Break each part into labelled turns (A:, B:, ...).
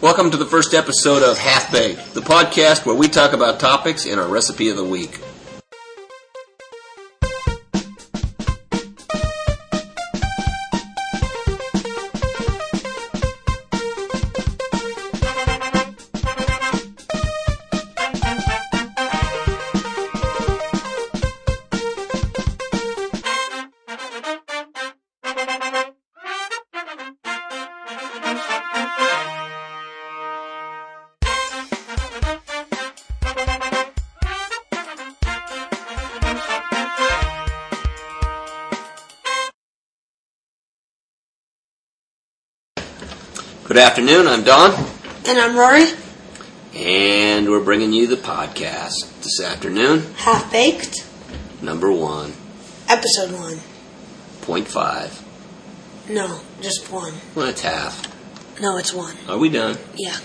A: Welcome to the first episode of Half Baked, the podcast where we talk about topics in our recipe of the week. Good afternoon, I'm Don,
B: And I'm Rory,
A: and we're bringing you the podcast this afternoon,
B: half baked,
A: number one
B: episode one.
A: point five.
B: No, just one.
A: Well, it's half.
B: No, it's one.
A: Are we done?
B: Yeah.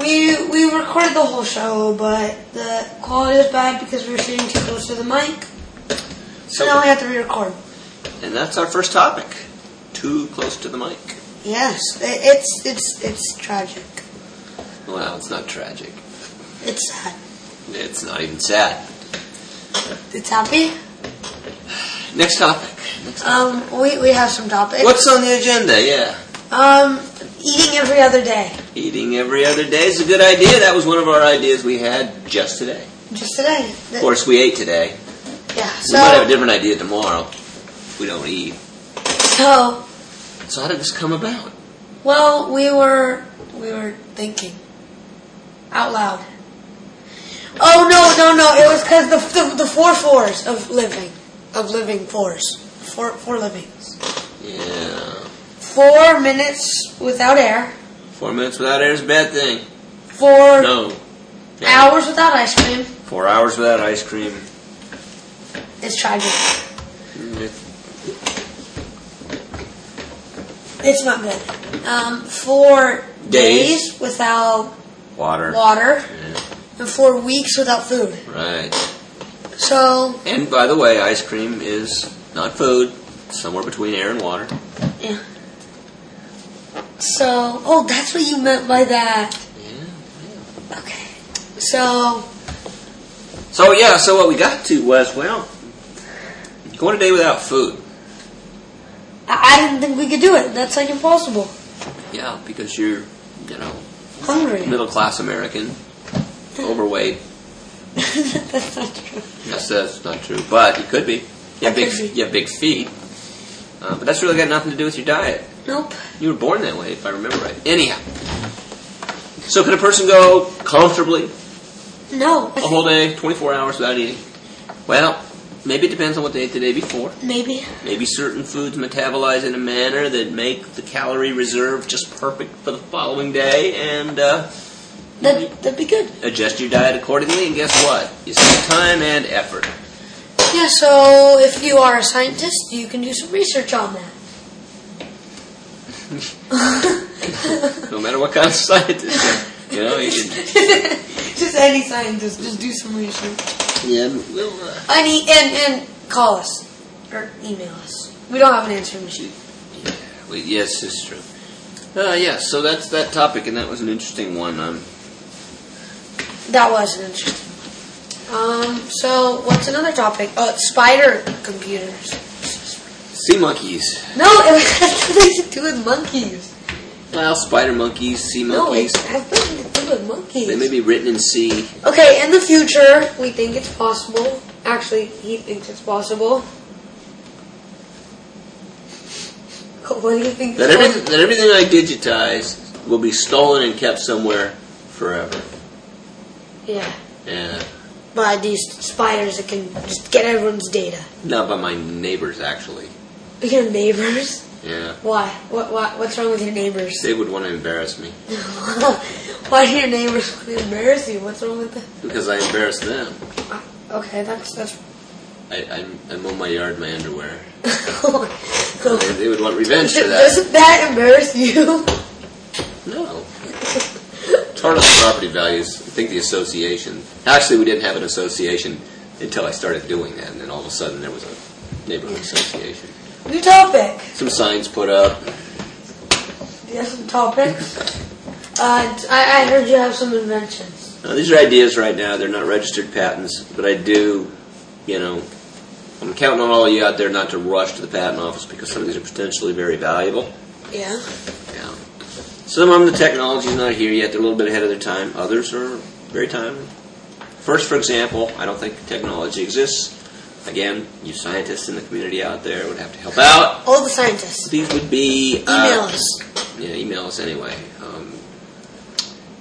B: We we recorded the whole show, but the quality was bad because we were sitting too close to the mic. So now we have to re-record.
A: and that's our first topic. Too close to the mic.
B: Yes, it, it's it's it's tragic.
A: Well, it's not tragic.
B: It's sad.
A: It's not even sad.
B: It's happy.
A: Next topic. Next topic.
B: Um, we we have some topics.
A: What's on the agenda? Yeah.
B: um eating every other day?
A: Eating every other day is a good idea. That was one of our ideas we had just today.
B: Just today.
A: Of course, we ate today. We might
B: Yeah.
A: have a
B: So
A: different idea tomorrow. We don't eat.
B: so
A: So how did this come about?
B: Well, we were we were thinking out loud. Oh no no no! It was because the, the the four fours of living of living fours four four livings
A: Yeah.
B: four minutes without air
A: Four minutes without air is a bad thing.
B: four
A: No. No.
B: hours without ice cream.
A: Four hours without ice cream.
B: It's tragic.
A: Mm, it-
B: It's not good. Um, four
A: Days.
B: days without
A: Water.
B: water
A: Yeah,
B: and four weeks without food.
A: right.
B: So
A: And by the way, ice cream is not food. It's somewhere between air and water.
B: yeah. So oh, that's what you meant by that.
A: Yeah.
B: Okay. So,
A: So yeah. So what we got to was well, going a day without food.
B: I, I didn't think we could do it. That's like impossible.
A: Yeah, because you're, you know,
B: Hungry.
A: middle class American, overweight.
B: That's not true.
A: That's, that's not true, but you could be. You have
B: I
A: big,
B: could be.
A: you have big feet, uh, but that's really got nothing to do with your diet.
B: Nope.
A: You were born that way, if I remember right. Anyhow, so could a person go comfortably
B: No.
A: a whole day, 24 hours without eating? Well, maybe it depends on what they ate the day before.
B: Maybe.
A: Maybe certain foods metabolize in a manner that make the calorie reserve just perfect for the following day, and uh,
B: That, that'd be good.
A: adjust your diet accordingly. And guess what? You save time and effort.
B: Yeah, so if you are a scientist, you can do some research on that.
A: No matter what kind of scientist, you know, you can.
B: just any scientist, just do some research.
A: Yeah, well, uh,
B: Any, and, and call us. Or email us. We don't have an answering machine.
A: Well, yes, it's true. Uh, yeah, so that's that topic, and that was an interesting one. Um,
B: That was an interesting one. Um, so what's another topic? Uh, spider computers.
A: sea monkeys.
B: No, it has nothing to do with monkeys.
A: Well, spider monkeys, sea
B: No, it
A: monkeys.
B: has nothing to do with monkeys.
A: They may be written in sea.
B: Okay, in the future, we think it's possible. Actually, he thinks it's possible. What do you think?
A: That
B: is
A: everything,
B: possible?
A: that everything I digitize will be stolen and kept somewhere forever.
B: Yeah,
A: Yeah.
B: by these spiders that can just get everyone's data.
A: Not by my neighbors, actually.
B: Your neighbors?
A: Yeah.
B: Why? What? What? What's wrong with your neighbors?
A: They would want to embarrass me
B: Why do your neighbors wanna embarrass you? What's wrong with them?
A: because I embarrass them.
B: Uh, Okay, that's that's.
A: I, I, I mow my yard in my underwear. They,
B: Doesn't
A: they would want revenge for that.
B: doesn't that embarrass you?
A: No. It's hard on property values. I think the association. Actually, we didn't have an association until I started doing that, and then all of a sudden there was a neighborhood association.
B: New topic.
A: Some signs put up.
B: You have some topics? Uh, I, I heard you have some inventions.
A: Now, these are ideas right now. They're not registered patents, but I do, you know, I'm counting on all of you out there not to rush to the patent office because some of these are potentially very valuable.
B: Yeah.
A: Yeah. Some of them, the technology's not here yet. They're a little bit ahead of their time. Others are very timely. First, for example, I don't think technology exists. Again, you scientists in the community out there would have to help out.
B: All the scientists.
A: These would be uh,
B: Email us.
A: Yeah, email us anyway. Um,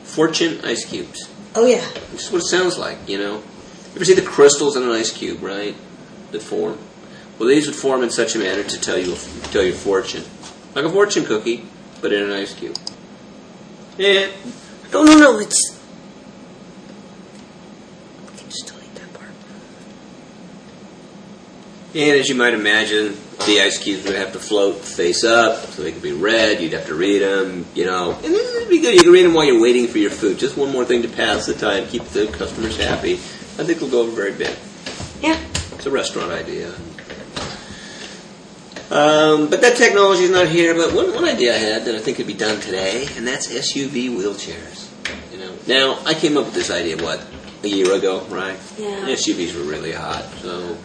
A: fortune ice cubes.
B: Oh yeah.
A: This is what it sounds like, you know. You ever see the crystals in an ice cube, right? That form. Well, these would form in such a manner to tell you tell your fortune, like a fortune cookie, but in an ice cube. Yeah.
B: No, no, no. It's. I can just delete that part.
A: And as you might imagine, the ice cubes would have to float face up, so they could be read. You'd have to read them, you know. And this would be good. You can read them while you're waiting for your food. Just one more thing to pass the time, keep the customers happy. I think we'll go over very big.
B: Yeah.
A: It's a restaurant idea. Um, but that technology is not here. But one, one idea I had that I think could be done today, and that's SUV wheelchairs. You know, now I came up with this idea what a year ago, right?
B: Yeah.
A: SUVs were really hot, so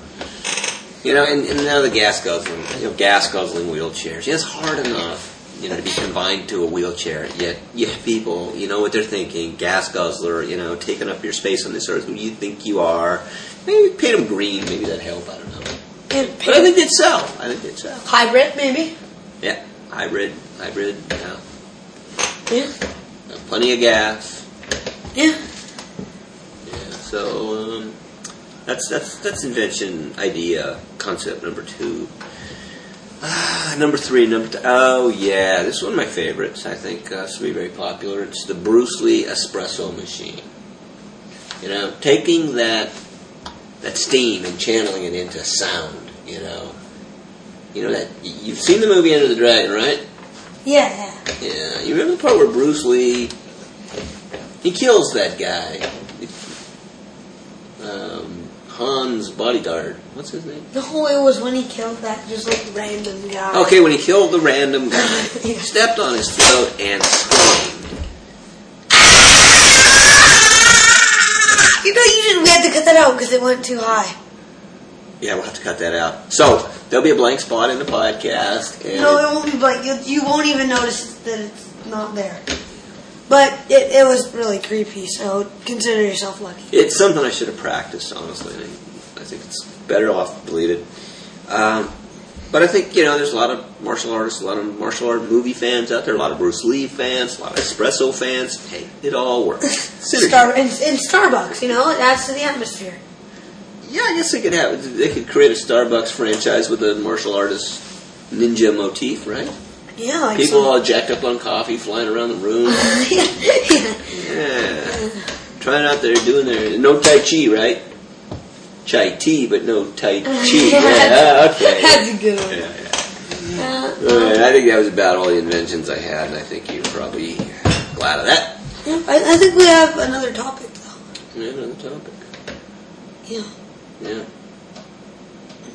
A: you know, and, and now the gas guzzling, you know, gas guzzling wheelchairs. Yeah, it's hard enough, you know, to be confined to a wheelchair. Yet, you people, you know what they're thinking. Gas guzzler, you know, taking up your space on this earth. Who do you think you are? Maybe paint them green. Maybe that'd help. I don't know.
B: And
A: But I think they'd sell. I think they'd sell.
B: hybrid maybe.
A: Yeah, hybrid, hybrid. Yeah,
B: Yeah.
A: plenty of gas.
B: Yeah.
A: Yeah. So um, that's that's that's invention idea concept number two. Ah, number three, number two. Oh yeah, this is one of my favorites. I think uh, this will be very popular. It's the Bruce Lee espresso machine. You know, taking that that steam and channeling it into sound. You know, you know that y- you've seen the movie Enter the Dragon, right?
B: Yeah. Yeah.
A: Yeah, you remember the part where Bruce Lee he kills that guy, um, Hans bodyguard. What's his name?
B: No, it was when he killed that just like random guy.
A: Okay, when he killed the random guy,
B: Yeah.
A: stepped on his throat and screamed.
B: You know, you should. We had to cut that out because it went too high.
A: Yeah, we'll have to cut that out. So there'll be a blank spot in the podcast. And
B: No, it won't be blank. You, you won't even notice that it's not there. But it, it was really creepy, so consider yourself lucky.
A: It's something I should have practiced, honestly. And I think it's better off deleted. Um, but I think, you know, there's a lot of martial artists, a lot of martial art movie fans out there, a lot of Bruce Lee fans, a lot of espresso fans. Hey, it all works. Synergy.
B: Star in, in Starbucks, you know, it adds to the atmosphere.
A: yeah, I guess they could have, they could create a Starbucks franchise with a martial artist ninja motif, right?
B: Yeah, like
A: People all jacked up on coffee, flying around the room.
B: some- yeah.
A: Yeah. Trying out there doing their no tai chi, right? Chai tea, but no tai chi.
B: Yeah.
A: Yeah, okay.
B: That's a good one.
A: Yeah, yeah.
B: Yeah.
A: All right, Uh, I think that was about all the inventions I had, and I think you're probably glad of that.
B: Yeah, I, I think we have another topic, though.
A: We have another topic.
B: Yeah.
A: Yeah,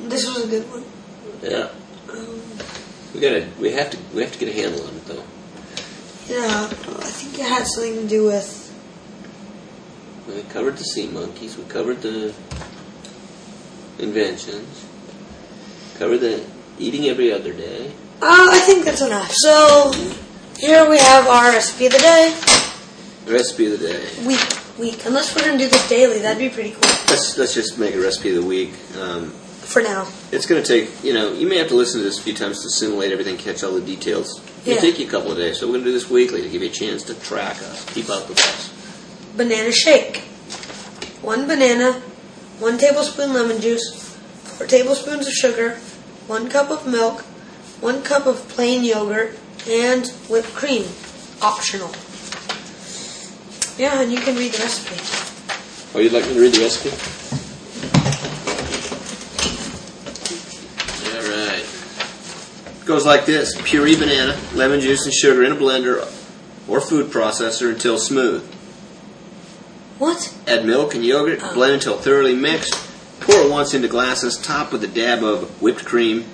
B: This was a good one.
A: yeah.
B: Um,
A: We gotta, we have to, we have to get a handle on it though.
B: yeah, I think it had something to do with.
A: We covered the sea monkeys. We covered the inventions. Covered the eating every other day.
B: Uh, I think that's enough. So, here we have our recipe of the day.
A: Recipe of the day.
B: week week. Unless we're gonna do this daily, that'd be pretty cool
A: Let's let's just make a recipe of the week. Um,
B: for now.
A: It's going to take, you know, you may have to listen to this a few times to assimilate everything, catch all the details.
B: Yeah.
A: It'll take you a couple of days, so we're going to do this weekly to give you a chance to track us, keep up with us.
B: Banana shake. One banana, one tablespoon lemon juice, four tablespoons of sugar, one cup of milk, one cup of plain yogurt, and whipped cream, optional. Yeah, and you can read the recipe.
A: Oh, you'd like me to read the recipe? All right. Goes like this: puree banana, lemon juice, and sugar in a blender or food processor until smooth.
B: What?
A: Add milk and yogurt, blend until thoroughly mixed. Pour once into glasses, top with a dab of whipped cream.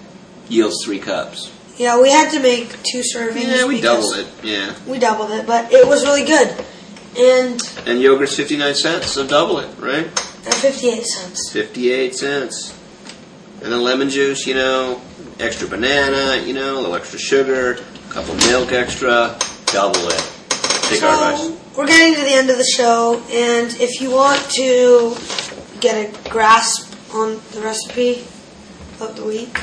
A: Yields three cups.
B: Yeah, we had to make two servings.
A: Yeah, we
B: because-
A: doubled it. Yeah,
B: We doubled it, but it was really good. And
A: and yogurt's fifty nine cents, so double it, right?
B: at 58 cents.
A: Fifty eight cents. And then lemon juice, you know, extra banana, you know, a little extra sugar, a couple milk extra, double it. Take our advice.
B: So we're getting to the end of the show, and if you want to get a grasp on the recipe of the week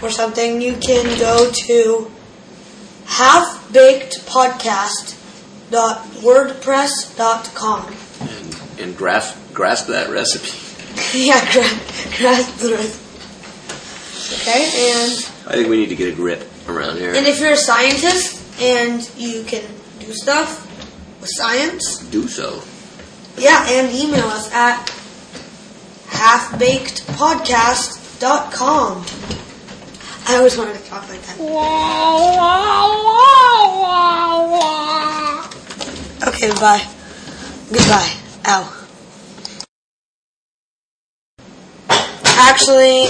B: or something, you can go to halfbakedpodcast.wordpress.com.
A: and, and grasp grasp that recipe.
B: yeah, gra- grasp the recipe. Okay, and
A: I think we need to get a grip around here.
B: And if you're a scientist and you can do stuff with science,
A: Do so.
B: yeah, and email us at halfbakedpodcast.com. I always wanted to talk like that. Okay, bye. Goodbye. Ow. Actually,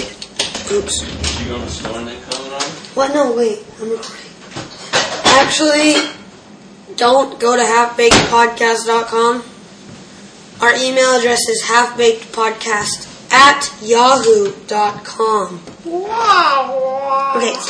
B: oops.
A: You going to store that color on?
B: What? No, wait. I'm recording. Actually, don't go to halfbakedpodcast.com. Our email address is halfbakedpodcast at yahoo.com. Wow. Okay, stop.